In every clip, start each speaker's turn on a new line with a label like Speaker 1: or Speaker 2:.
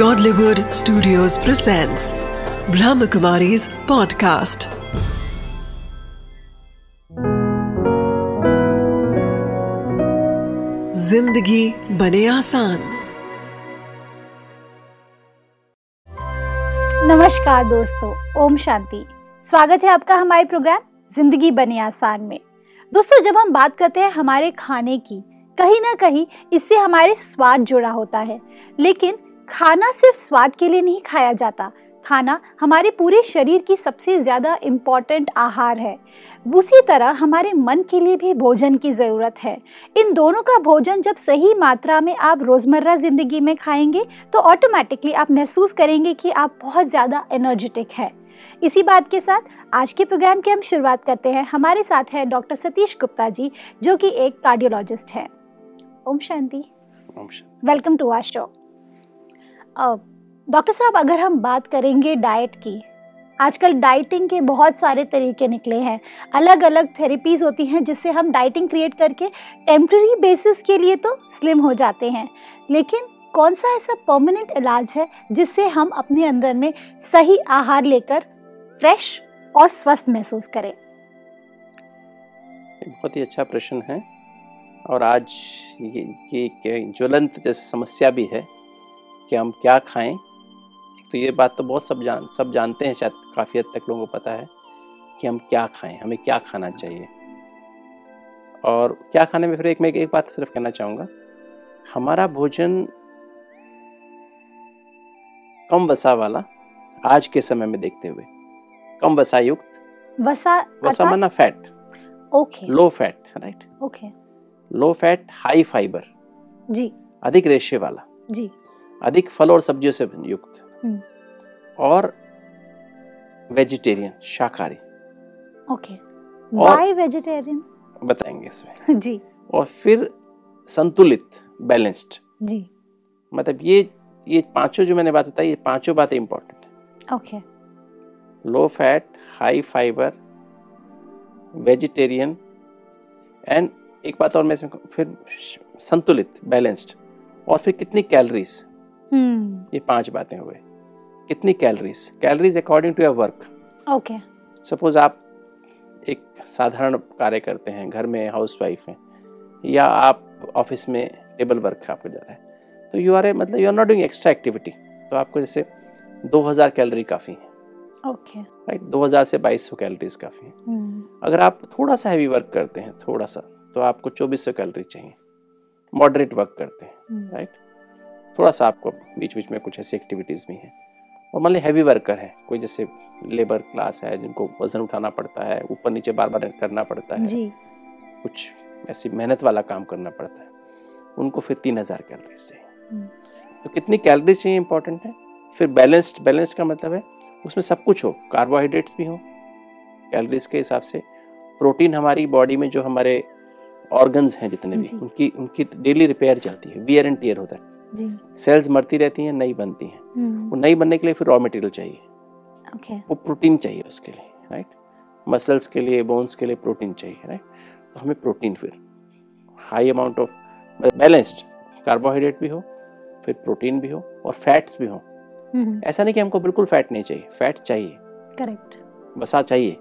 Speaker 1: Godlywood Studios presents Brahmakumari's podcast. जिंदगी बने आसान
Speaker 2: नमस्कार दोस्तों ओम शांति स्वागत है आपका हमारे प्रोग्राम जिंदगी बने आसान में दोस्तों जब हम बात करते हैं हमारे खाने की कहीं ना कहीं इससे हमारे स्वाद जुड़ा होता है लेकिन खाना सिर्फ स्वाद के लिए नहीं खाया जाता खाना हमारे पूरे शरीर की सबसे ज़्यादा इम्पॉर्टेंट आहार है उसी तरह हमारे मन के लिए भी भोजन की ज़रूरत है इन दोनों का भोजन जब सही मात्रा में आप रोज़मर्रा ज़िंदगी में खाएंगे तो ऑटोमेटिकली आप महसूस करेंगे कि आप बहुत ज़्यादा एनर्जेटिक हैं इसी बात के साथ आज के प्रोग्राम की हम शुरुआत करते हैं हमारे साथ हैं डॉक्टर सतीश गुप्ता जी जो कि एक कार्डियोलॉजिस्ट हैं Om Shanti
Speaker 3: option
Speaker 2: welcome to our show doctor साहब अगर हम बात करेंगे डाइट की आजकल डाइटिंग के बहुत सारे तरीके निकले हैं अलग अलग थेरेपीज होती हैं जिससे हम डाइटिंग क्रिएट करके टेम्प्रेरी बेसिस के लिए तो स्लिम हो जाते हैं लेकिन कौन सा ऐसा परमानेंट इलाज है जिससे हम अपने अंदर में सही आहार लेकर फ्रेश और स्वस्थ महसूस करें
Speaker 3: ये बहुत ही अच्छा प्रश्न है और आज ये ये एक ज्वलंत जैसी समस्या भी है कि हम क्या खाएं एक तो ये बात तो बहुत सब जान सब जानते हैं शायद काफ़ी हद तक लोगों को पता है कि हम क्या खाएं हमें क्या खाना चाहिए और क्या खाने में फिर एक मैं एक बात सिर्फ कहना चाहूँगा हमारा भोजन कम वसा वाला आज के समय में देखते हुए कम वसा युक्त
Speaker 2: वसा
Speaker 3: वसा
Speaker 2: अर्थात-
Speaker 3: माना fat
Speaker 2: okay
Speaker 3: low fat right
Speaker 2: okay
Speaker 3: low fat high fibre
Speaker 2: जी
Speaker 3: अधिक रेशे वाला
Speaker 2: जी
Speaker 3: अधिक फल और सब्जियों से युक्त
Speaker 2: हम्म।
Speaker 3: और वेजिटेरियन शाकाहारी
Speaker 2: ओके
Speaker 3: और-
Speaker 2: बाय वेजिटेरियन
Speaker 3: बताएंगे इसमें
Speaker 2: जी
Speaker 3: और फिर संतुलित बैलेंस्ड
Speaker 2: जी
Speaker 3: मतलब ये ये पांचों जो मैंने बात बताई ये पांचों बातें इंपॉर्टेंट
Speaker 2: ओके
Speaker 3: है low fat high fibre vegetarian and एक बात और मैं इसमें कहूं, फिर संतुलित बैलेंस्ड और फिर कितनी कैलोरीज
Speaker 2: हम्म
Speaker 3: ये पांच बातें हुए कितनी calories calories according to your work
Speaker 2: okay
Speaker 3: suppose आप एक साधारण कार्य करते हैं घर में हाउस वाइफ हैं या आप ऑफिस में टेबल वर्क आपको जाता है तो यू आर ए मतलब you are not doing extra activity तो आपको जैसे 2000 कैलोरी काफ़ी है
Speaker 2: ओके
Speaker 3: राइट 2000 से 2200 कैलोरीज काफ़ी है
Speaker 2: हम्म
Speaker 3: अगर आप थोड़ा सा हैवी वर्क करते हैं थोड़ा सा तो आपको 2400 कैलोरी चाहिए मॉडरेट वर्क करते हैं राइट थोड़ा सा आपको बीच बीच में कुछ ऐसी एक्टिविटीज़ भी हैं और मान लें हैवी वर्कर है कोई जैसे लेबर क्लास है जिनको वजन उठाना पड़ता है ऊपर नीचे बार बार करना पड़ता है
Speaker 2: जी
Speaker 3: कुछ ऐसी मेहनत वाला काम करना पड़ता है उनको फिर तीन हज़ार कैलरीज चाहिए
Speaker 2: हम्म।
Speaker 3: तो कितनी कैलरीज चाहिए इंपॉर्टेंट है फिर बैलेंस्ड बैलेंस का मतलब है उसमें सब कुछ हो कार्बोहाइड्रेट्स भी हो कैलरीज के हिसाब से प्रोटीन हमारी बॉडी में जो हमारे ऑर्गन्स हैं जितने भी
Speaker 2: जी।
Speaker 3: उनकी उनकी डेली रिपेयर चलती है वियर एंड टीयर होता है
Speaker 2: जी
Speaker 3: सेल्स मरती रहती हैं नई बनती हैं वो
Speaker 2: हम्म
Speaker 3: नई बनने के लिए फिर रॉ मटेरियल चाहिए
Speaker 2: ओके
Speaker 3: वो प्रोटीन चाहिए उसके लिए राइट मसल्स के लिए बोन्स के लिए प्रोटीन चाहिए राइट तो हमें प्रोटीन फिर high amount of balanced carbohydrate मतलब भी हो फिर प्रोटीन भी हो और फैट्स भी हो
Speaker 2: हम्म
Speaker 3: ऐसा नहीं कि हमको बिल्कुल फैट नहीं चाहिए फैट चाहिए
Speaker 2: करेक्ट
Speaker 3: वसा चाहिए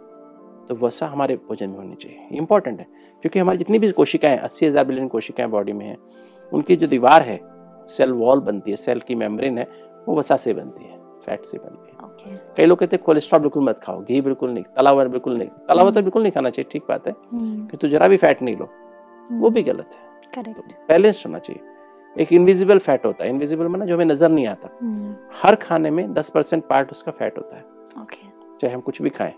Speaker 3: तो वसा हमारे भोजन में होनी चाहिए इंपॉर्टेंट है क्योंकि हमारी जितनी भी कोशिकाएं अस्सी हज़ार बिलियन कोशिकाएं बॉडी में हैं उनकी जो दीवार है सेल वॉल बनती है सेल की मेम्ब्रेन है वो वसा से बनती है फैट से बनती है
Speaker 2: ओके
Speaker 3: कई लोग कहते हैं कोलेस्ट्रॉल बिल्कुल मत खाओ घी बिल्कुल नहीं तला हुआ बिल्कुल नहीं तला हुआ तो
Speaker 2: हम्म।
Speaker 3: बिल्कुल नहीं खाना चाहिए ठीक बात है
Speaker 2: Hmm,
Speaker 3: कि तो जरा भी फैट नहीं लो वो भी गलत है
Speaker 2: करेक्ट
Speaker 3: बैलेंस्ड होना चाहिए एक इनविजिबल फैट होता है इनविजिबल माना जो हमें नज़र नहीं आता
Speaker 2: Hmm,
Speaker 3: हर खाने में दस परसेंट पार्ट उसका फैट होता है
Speaker 2: ओके
Speaker 3: चाहे हम कुछ भी खाएं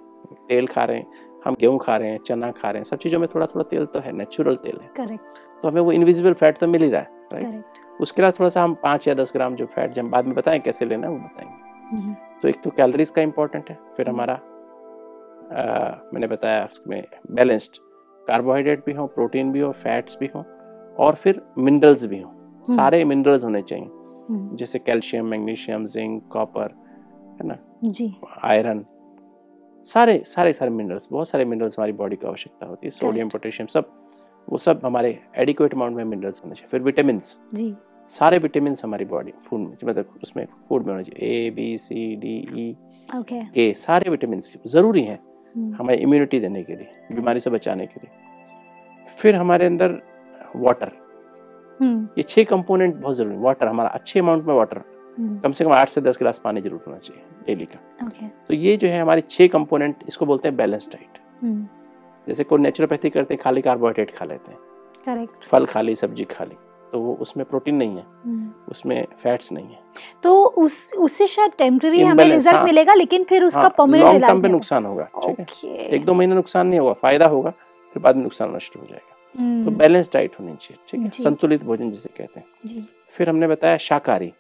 Speaker 3: तेल खा रहे हैं हम गेहूं खा रहे हैं चना खा रहे हैं सब चीज़ों में थोड़ा थोड़ा तेल तो है नेचुरल तेल है
Speaker 2: करेक्ट
Speaker 3: तो हमें वो इनविजिबल फैट तो मिल ही रहा है राइट
Speaker 2: करेक्ट
Speaker 3: उसके अलावा थोड़ा सा हम पाँच या दस ग्राम जो फैट जो हम बाद में बताएं कैसे लेना है वो बताएंगे
Speaker 2: Hmm,
Speaker 3: तो एक तो कैलोरीज का इंपॉर्टेंट है फिर हमारा अ, मैंने बताया उसमें बैलेंस्ड कार्बोहाइड्रेट भी हो प्रोटीन भी हो फैट्स भी हो और फिर मिनरल्स भी हो सारे मिनरल्स होने चाहिए
Speaker 2: hmm,
Speaker 3: जैसे कैल्शियम मैग्नीशियम जिंक कॉपर
Speaker 2: जी
Speaker 3: आयरन सारे सारे सारे मिनरल्स बहुत सारे मिनरल्स हमारी बॉडी की आवश्यकता होती है सोडियम पोटेशियम सब वो सब हमारे एडिक्वेट अमाउंट में मिनरल्स होने चाहिए फिर विटामिन्स
Speaker 2: जी
Speaker 3: सारे विटामिन हमारी बॉडी फूड में मतलब उसमें फूड में होना चाहिए A B C D E
Speaker 2: okay
Speaker 3: के सारे विटामिन ज़रूरी हैं
Speaker 2: हम्म,
Speaker 3: हमें इम्यूनिटी देने के लिए बीमारी से बचाने के लिए फिर हमारे अंदर वाटर
Speaker 2: हम्म,
Speaker 3: ये छह कंपोनेंट बहुत ज़रूरी वाटर हमारा अच्छे अमाउंट में वाटर
Speaker 2: हम्म,
Speaker 3: कम से कम आठ से दस गिलास पानी जरूर होना चाहिए डेली का
Speaker 2: ओके
Speaker 3: तो ये जो है हमारे छह कंपोनेंट इसको बोलते हैं बैलेंस डाइट
Speaker 2: हम्म,
Speaker 3: जैसे कोई नेचुरोपैथी करते हैं खाली कार्बोहाइड्रेट खा लेते हैं
Speaker 2: करेक्ट
Speaker 3: फल खा ली सब्जी खा ली तो वो उसमें प्रोटीन नहीं है
Speaker 2: हम्म।
Speaker 3: उसमें फैट्स नहीं है
Speaker 2: तो उस उससे शायद टेम्पररी हमें
Speaker 3: Imbalance,
Speaker 2: रिजल्ट
Speaker 3: हाँ।
Speaker 2: मिलेगा लेकिन फिर उसका परमानेंट
Speaker 3: लॉन्ग
Speaker 2: इलाज
Speaker 3: टर्म पे
Speaker 2: नहीं
Speaker 3: नुकसान होगा
Speaker 2: होगा।
Speaker 3: ठीक है
Speaker 2: ओके
Speaker 3: एक दो महीने नुकसान नहीं होगा फायदा होगा फिर बाद में नुकसान होना शुरू हो जाएगा तो
Speaker 2: हम्म,
Speaker 3: बैलेंस डाइट होनी चाहिए ठीक है
Speaker 2: जी।
Speaker 3: संतुलित भोजन जिसे कहते हैं
Speaker 2: जी
Speaker 3: फिर हमने बताया शाकाहारी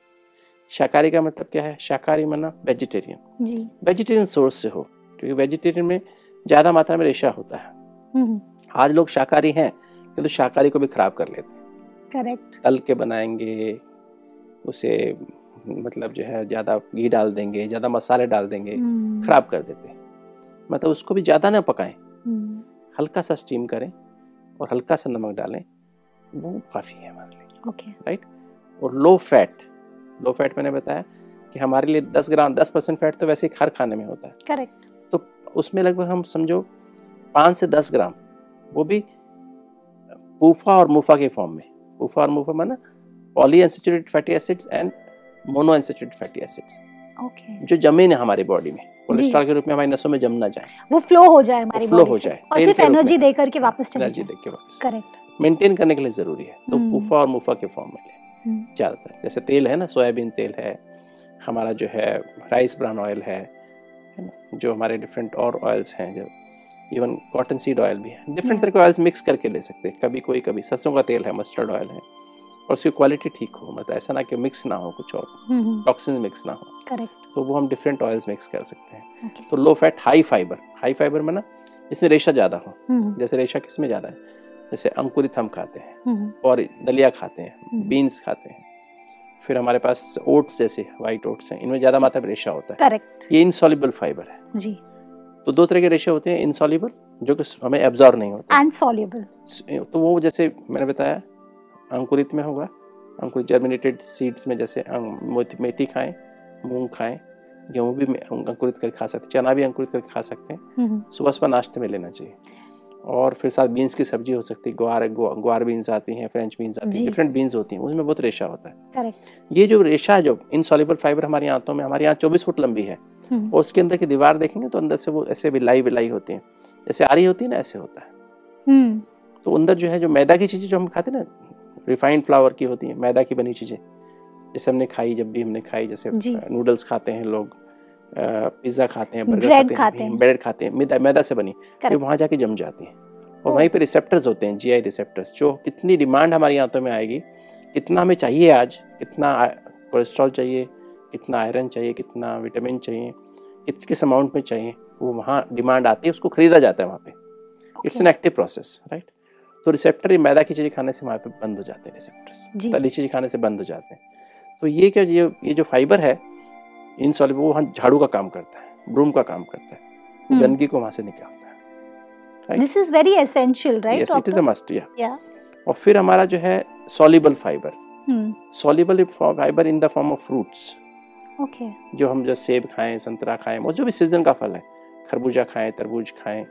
Speaker 3: शाकाहारी का मतलब क्या है शाकाहारी माना वेजिटेरियन
Speaker 2: जी
Speaker 3: वेजिटेरियन सोर्स से हो क्योंकि वेजिटेरियन में ज़्यादा मात्रा में रेशा होता है
Speaker 2: हम्म,
Speaker 3: आज लोग शाकाहारी हैं किंतु शाकाहारी को भी खराब कर लेते हैं
Speaker 2: करेक्ट
Speaker 3: तल के बनाएंगे उसे मतलब जो है ज़्यादा घी डाल देंगे ज़्यादा मसाले डाल देंगे
Speaker 2: हम्म,
Speaker 3: खराब कर देते हैं मतलब उसको भी ज़्यादा ना पकाएं
Speaker 2: हम्म,
Speaker 3: हल्का सा स्टीम करें और हल्का सा नमक डालें वो काफ़ी है हमारे लिए
Speaker 2: ओके
Speaker 3: और लो फैट लो फैट मैंने बताया कि हमारे लिए 10 ग्राम 10 परसेंट फैट तो वैसे ही हर खाने में होता है
Speaker 2: करेक्ट
Speaker 3: तो उसमें लगभग हम समझो 5 से 10 ग्राम वो भी पूफा और मुफा के फॉर्म में पूफा और मुफा माना poly unsaturated fatty acids and mono unsaturated fatty acids
Speaker 2: okay
Speaker 3: जो जमे ना हमारी बॉडी में कोलेस्ट्रॉल के रूप में हमारी नसों में जम ना जाए
Speaker 2: वो फ्लो हो जाए हमारी
Speaker 3: flow
Speaker 2: बॉडी
Speaker 3: हो
Speaker 2: से
Speaker 3: जाए,
Speaker 2: और
Speaker 3: तेल
Speaker 2: सिर्फ
Speaker 3: के रूप में।
Speaker 2: एनर्जी देकर के वापस चले
Speaker 3: एनर्जी
Speaker 2: जाए
Speaker 3: देख के वापस
Speaker 2: करेक्ट
Speaker 3: मेंटेन करने के लिए ज़रूरी है तो
Speaker 2: हम्म।
Speaker 3: पुफा और मुफा के फॉर्म में
Speaker 2: हम्म।
Speaker 3: लें ज़्यादातर जैसे तेल है ना सोयाबीन तेल है हमारा जो है राइस ब्रान ऑयल है है ना जो हमारे डिफरेंट और ऑयल्स हैं जो इवन कॉटन सीड ऑयल भी है डिफरेंट
Speaker 2: Yeah.
Speaker 3: तरह के ऑयल्स मिक्स करके ले सकते हैं कभी कोई कभी सरसों का तेल है मस्टर्ड ऑयल है और उसकी क्वालिटी ठीक हो मतलब ऐसा ना कि मिक्स ना हो कुछ और
Speaker 2: हम्म,
Speaker 3: टॉक्सिन मिक्स ना हो
Speaker 2: करेक्ट
Speaker 3: तो वो हम डिफरेंट ऑयल्स मिक्स कर सकते हैं
Speaker 2: ओके
Speaker 3: तो low fat high fibre high fibre में ना इसमें रेशा ज़्यादा हो
Speaker 2: हम्म,
Speaker 3: जैसे रेशा किस में ज़्यादा है जैसे अंकुरित हम खाते हैं
Speaker 2: हम्म,
Speaker 3: और दलिया खाते हैं
Speaker 2: हम्म।
Speaker 3: बीन्स खाते हैं फिर हमारे पास ओट्स जैसे वाइट ओट्स हैं इनमें ज़्यादा मात्रा में रेशा होता है
Speaker 2: करेक्ट
Speaker 3: ये इनसॉल्युबल फाइबर है
Speaker 2: जी
Speaker 3: तो दो तरह के रेशे होते हैं इनसॉल्युबल जो कि हमें एब्जॉर्व नहीं होते
Speaker 2: एंड सॉल्युबल
Speaker 3: तो वो जैसे मैंने बताया अंकुरित में होगा अंकुरित जर्मिनेटेड सीड्स में जैसे अंग- मेथी- मेथी खाएं मूंग खाएं गेहूं भी में- अंकुरित करके खा सकते हैं चना भी अंकुरित करके खा सकते हैं
Speaker 2: हम्म,
Speaker 3: सुबह सुबह नाश्ते में लेना चाहिए और फिर साथ बीन्स की सब्जी हो सकती है ग्वार ग्वा- ग्वार बीन्स आती हैं फ्रेंच बीन्स आती
Speaker 2: जी।
Speaker 3: हैं डिफरेंट बीन्स होती हैं उसमें बहुत रेशा होता है
Speaker 2: करेक्ट
Speaker 3: ये जो रेशा है जो इनसॉल्युबल फाइबर हमारी आंतों में हमारी आंत चौबीस फुट लंबी है और उसके अंदर की दीवार देखेंगे तो अंदर से वो ऐसे विलाई विलाई होती हैं जैसे आ रही होती है ना ऐसे होता है
Speaker 2: हम्म,
Speaker 3: तो अंदर जो है जो मैदा की चीज़ें जो हम खाते हैं ना रिफाइंड फ्लावर की होती हैं मैदा की बनी चीज़ें जैसे हमने खाई जब भी हमने खाई जैसे
Speaker 2: जी।
Speaker 3: नूडल्स खाते हैं लोग पिज़्ज़ा खाते हैं बर्गर
Speaker 2: Bread
Speaker 3: खाते,
Speaker 2: खाते
Speaker 3: हैं
Speaker 2: हैं।
Speaker 3: ब्रेड खाते हैं मैदा मैदा से बनी फिर
Speaker 2: Correct.
Speaker 3: वहाँ जाके जम जाती हैं और
Speaker 2: Oh.
Speaker 3: वहीं पे रिसेप्टर्स होते हैं जीआई रिसेप्टर्स जो कितनी डिमांड हमारी आंतों में आएगी कितना हमें चाहिए आज कितना कोलेस्ट्रॉल चाहिए कितना आयरन चाहिए कितना विटामिन चाहिए किस किस अमाउंट में चाहिए वो वहाँ डिमांड आती है उसको खरीदा जाता है वहाँ पे it's an active process right तो रिसेप्टर ये मैदा की चीज़ें खाने से वहाँ पे बंद हो जाते
Speaker 2: जी।
Speaker 3: हैं रिसेप्टर्स तली चीज़ें खाने से बंद हो जाते हैं तो ये क्या ये ये जो फाइबर है इन वो वहाँ झाड़ू का काम करता है ब्रूम का काम करता है वो
Speaker 2: Hmm.
Speaker 3: गंदगी को वहाँ से निकालता है
Speaker 2: this is very essential right
Speaker 3: yes it is a must
Speaker 2: Yeah.
Speaker 3: और फिर हमारा जो है soluble fibre
Speaker 2: hmm
Speaker 3: soluble fibre in the form of fruits
Speaker 2: okay
Speaker 3: जो हम जो सेब खाएं संतरा खाएं और जो भी सीजन का फल है खरबूजा खाएं तरबूज खाएं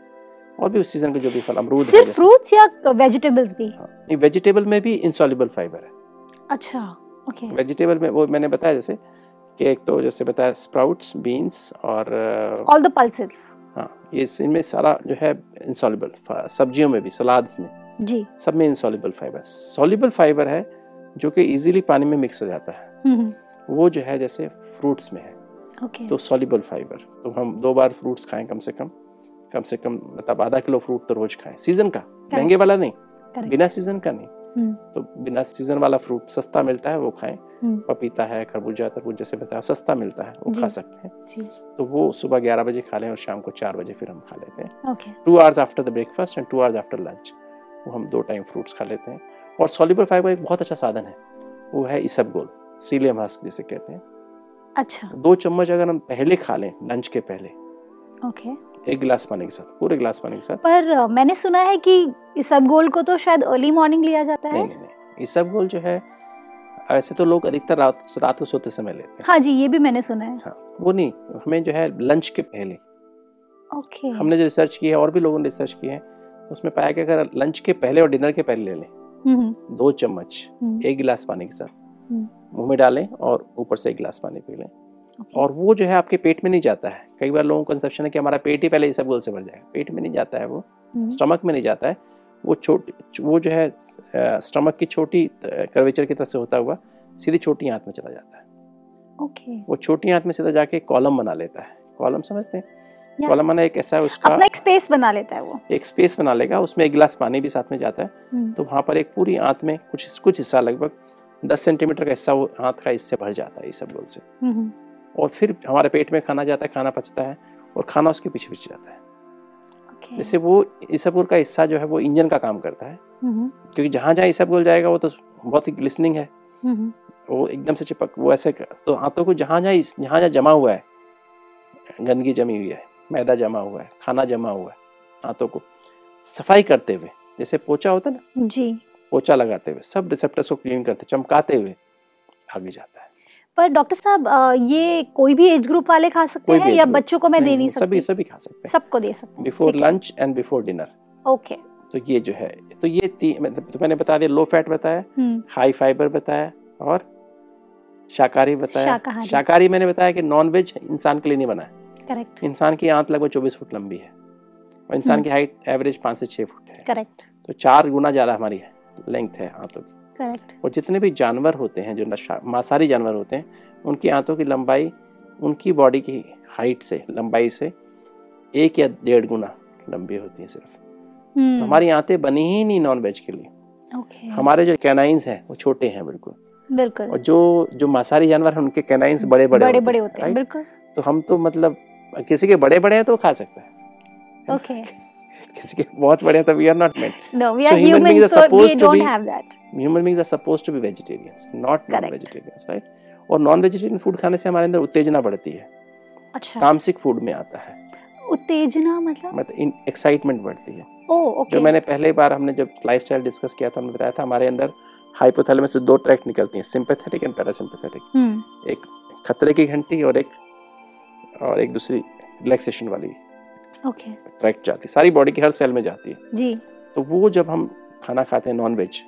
Speaker 3: और भी उस सीजन के जो भी फल अमरूद है
Speaker 2: सिर्फ
Speaker 3: जैसे-
Speaker 2: फ्रूट्स या वेजिटेबल्स भी
Speaker 3: हाँ, नहीं वेजिटेबल में भी इनसॉल्युबल फाइबर है
Speaker 2: अच्छा ओके
Speaker 3: वेजिटेबल में वो मैंने बताया जैसे कि एक तो जैसे बताया स्प्राउट्स बीन्स और अ,
Speaker 2: ऑल द पल्सेस
Speaker 3: हाँ ये इस- इनमें सारा जो है इंसॉल्युबल सब्जियों में भी सलाड्स में
Speaker 2: जी
Speaker 3: सब में इंसॉल्युबल फाइबर सॉल्युबल फाइबर है जो कि इजीली पानी में मिक्स हो जाता है
Speaker 2: हम्म
Speaker 3: वो जो है जैसे फ्रूट्स में है
Speaker 2: ओके
Speaker 3: तो सॉल्युबल फाइबर तो हम दो बार फ्रूट्स खाएं कम से कम कम से कम मतलब आधा किलो फ्रूट तो रोज खाएं सीजन का महंगे वाला नहीं
Speaker 2: Correct.
Speaker 3: बिना सीजन का नहीं
Speaker 2: हम्म।
Speaker 3: तो बिना सीजन वाला फ्रूट सस्ता मिलता है वो खाएं
Speaker 2: हम्म।
Speaker 3: पपीता है खरबूजा तरबूज जैसे बताया सस्ता मिलता है वो
Speaker 2: जी।
Speaker 3: खा सकते हैं
Speaker 2: जी
Speaker 3: तो वो सुबह ग्यारह बजे खा लें और शाम को चार बजे फिर हम खा लेते हैं
Speaker 2: okay
Speaker 3: two hours after the breakfast and two hours after lunch वो हम दो टाइम फ्रूट्स खा लेते हैं और सॉल्युबल फाइबर एक बहुत अच्छा साधन है वो है इसबगोल सीलियम हस्क जिसे कहते हैं
Speaker 2: अच्छा
Speaker 3: दो चम्मच अगर हम पहले खा लें लंच के पहले
Speaker 2: ओके
Speaker 3: एक गिलास पानी के साथ पूरे गिलास पानी के साथ
Speaker 2: पर अ, मैंने सुना है कि इसबगोल को तो शायद अर्ली मॉर्निंग लिया जाता है
Speaker 3: नहीं नहीं नहीं इसबगोल जो है वैसे तो लोग अधिकतर रात रात को सोते समय लेते हैं
Speaker 2: हाँ जी ये भी मैंने सुना है
Speaker 3: हाँ वो नहीं हमें जो है लंच के पहले
Speaker 2: ओके
Speaker 3: हमने जो रिसर्च की है और भी लोगों ने रिसर्च की है तो उसमें पाया कि अगर लंच के पहले और डिनर के पहले ले लें
Speaker 2: हम्म,
Speaker 3: दो चम्मच
Speaker 2: हम्म,
Speaker 3: एक गिलास पानी के साथ
Speaker 2: हम्म।
Speaker 3: मुंह में डालें और ऊपर से एक गिलास पानी पी लें
Speaker 2: ओके।
Speaker 3: और वो जो है आपके पेट में नहीं जाता है कई बार लोगों को कंसेप्शन है कि हमारा पेट ही पहले इसबगोल से भर जाएगा पेट में नहीं जाता है वो
Speaker 2: हम्म,
Speaker 3: स्टमक में नहीं जाता है वो छोटी वो जो है स्टमक की छोटी कर्वेचर की तरफ से होता हुआ सीधी छोटी आंत में चला जाता है
Speaker 2: ओके
Speaker 3: वो छोटी आंत में सीधा जाके कॉलम बना लेता है कॉलम समझते हैं
Speaker 2: या।
Speaker 3: कॉलम बना एक ऐसा उसका
Speaker 2: अपना एक स्पेस बना लेता है वो
Speaker 3: एक स्पेस बना लेगा उसमें एक गिलास पानी भी साथ में जाता है
Speaker 2: हम्म,
Speaker 3: तो वहाँ पर एक पूरी आंत में कुछ कुछ हिस्सा लगभग दस सेंटीमीटर का हिस्सा वो आंत का इससे भर जाता है इस सब से
Speaker 2: हम्म,
Speaker 3: और फिर हमारे पेट में खाना जाता है खाना पचता है और खाना उसके पीछे पीछे जाता है
Speaker 2: ओके
Speaker 3: जैसे वो इसबगोल का हिस्सा जो है वो इंजन का काम करता है
Speaker 2: हम्म,
Speaker 3: क्योंकि जहाँ जहाँ इसबगोल जाएगा वो तो बहुत ही ग्लिसनिंग है
Speaker 2: हम्म,
Speaker 3: वो एकदम से चिपक वो ऐसे कर- तो हाथों को जहाँ जहाँ इस- जहाँ जहाँ जमा हुआ है गंदगी जमी हुई है मैदा जमा हुआ है खाना जमा हुआ है हाथों को सफाई करते हुए जैसे पोछा होता है ना
Speaker 2: हम्म, जी
Speaker 3: पोछा लगाते हुए सब रिसेप्टर्स को क्लीन करते चमकाते हुए आगे जाता है
Speaker 2: पर डॉक्टर साहब अ, ये कोई भी एज ग्रुप वाले खा सकते
Speaker 3: कोई भी
Speaker 2: हैं
Speaker 3: age
Speaker 2: या
Speaker 3: group।
Speaker 2: बच्चों को मैं
Speaker 3: नहीं,
Speaker 2: दे नहीं
Speaker 3: नहीं, सभी
Speaker 2: सकती
Speaker 3: सभी खा सकते हैं
Speaker 2: सबको दे सकते हैं
Speaker 3: बिफोर
Speaker 2: ठीक है।
Speaker 3: Lunch and before dinner
Speaker 2: okay
Speaker 3: तो ये जो है तो ये ती- मतलब तो मैंने बता दिया लो फैट बताया
Speaker 2: हम्म,
Speaker 3: हाई फाइबर बताया और शाकाहारी बताया
Speaker 2: शाकाहारी।
Speaker 3: शाकाहारी मैंने बताया कि नॉन वेज इंसान के लिए नहीं बना है
Speaker 2: करेक्ट
Speaker 3: इंसान की आंत लगभग चौबीस फुट लंबी है और इंसान की हाइट एवरेज पाँच से छः फुट है
Speaker 2: करेक्ट
Speaker 3: तो चार गुना ज़्यादा हमारी लेंथ है आंतों की
Speaker 2: करेक्ट
Speaker 3: और जितने भी जानवर होते हैं जो नशा मांसाहारी जानवर होते हैं उनकी आंतों की लंबाई उनकी बॉडी की हाइट से लंबाई से एक या डेढ़ गुना लंबी होती है सिर्फ
Speaker 2: Hmm,
Speaker 3: तो हमारी आंतें बनी ही नहीं नॉन वेज के लिए
Speaker 2: ओके
Speaker 3: हमारे जो कैनाइंस हैं वो छोटे हैं बिल्कुल
Speaker 2: बिल्कुल
Speaker 3: और जो जो मांसाहारी जानवर हैं उनके कैनाइंस बड़े बड़े
Speaker 2: बड़े बड़े होते हैं
Speaker 3: right?
Speaker 2: बिल्कुल
Speaker 3: तो हम तो मतलब किसी के बड़े बड़े हैं तो वो खा सकता है है
Speaker 2: ओके
Speaker 3: ना? किसी के बहुत बड़े हैं तो we are not meant
Speaker 2: no we
Speaker 3: So
Speaker 2: are
Speaker 3: human
Speaker 2: human
Speaker 3: beings are
Speaker 2: so we
Speaker 3: supposed to
Speaker 2: don't
Speaker 3: be-
Speaker 2: have that
Speaker 3: human beings are suppose to be vegetarians not non
Speaker 2: Correct.
Speaker 3: Vegetarians right और non vegetarian food खाने से हमारे अंदर उत्तेजना बढ़ती है
Speaker 2: अच्छा
Speaker 3: तामसिक फूड में आता है
Speaker 2: उत्तेजना मतलब
Speaker 3: मतलब एक्साइटमेंट बढ़ती है
Speaker 2: ओ
Speaker 3: जो
Speaker 2: ओके
Speaker 3: मैंने पहले बार हमने जब लाइफस्टाइल डिस्कस किया था हमने बताया था हमारे अंदर हाइपोथैलेमस से दो ट्रैक्ट निकलती हैं सिंपैथेटिक एंड पैरासिम्पैथेटिक
Speaker 2: हम्म
Speaker 3: एक खतरे की घंटी और एक और एक दूसरी रिलैक्सेशन वाली
Speaker 2: ओके
Speaker 3: ट्रैक्ट जाती है सारी बॉडी की हर सेल में जाती है
Speaker 2: जी
Speaker 3: तो वो जब हम खाना खाते हैं नॉन वेज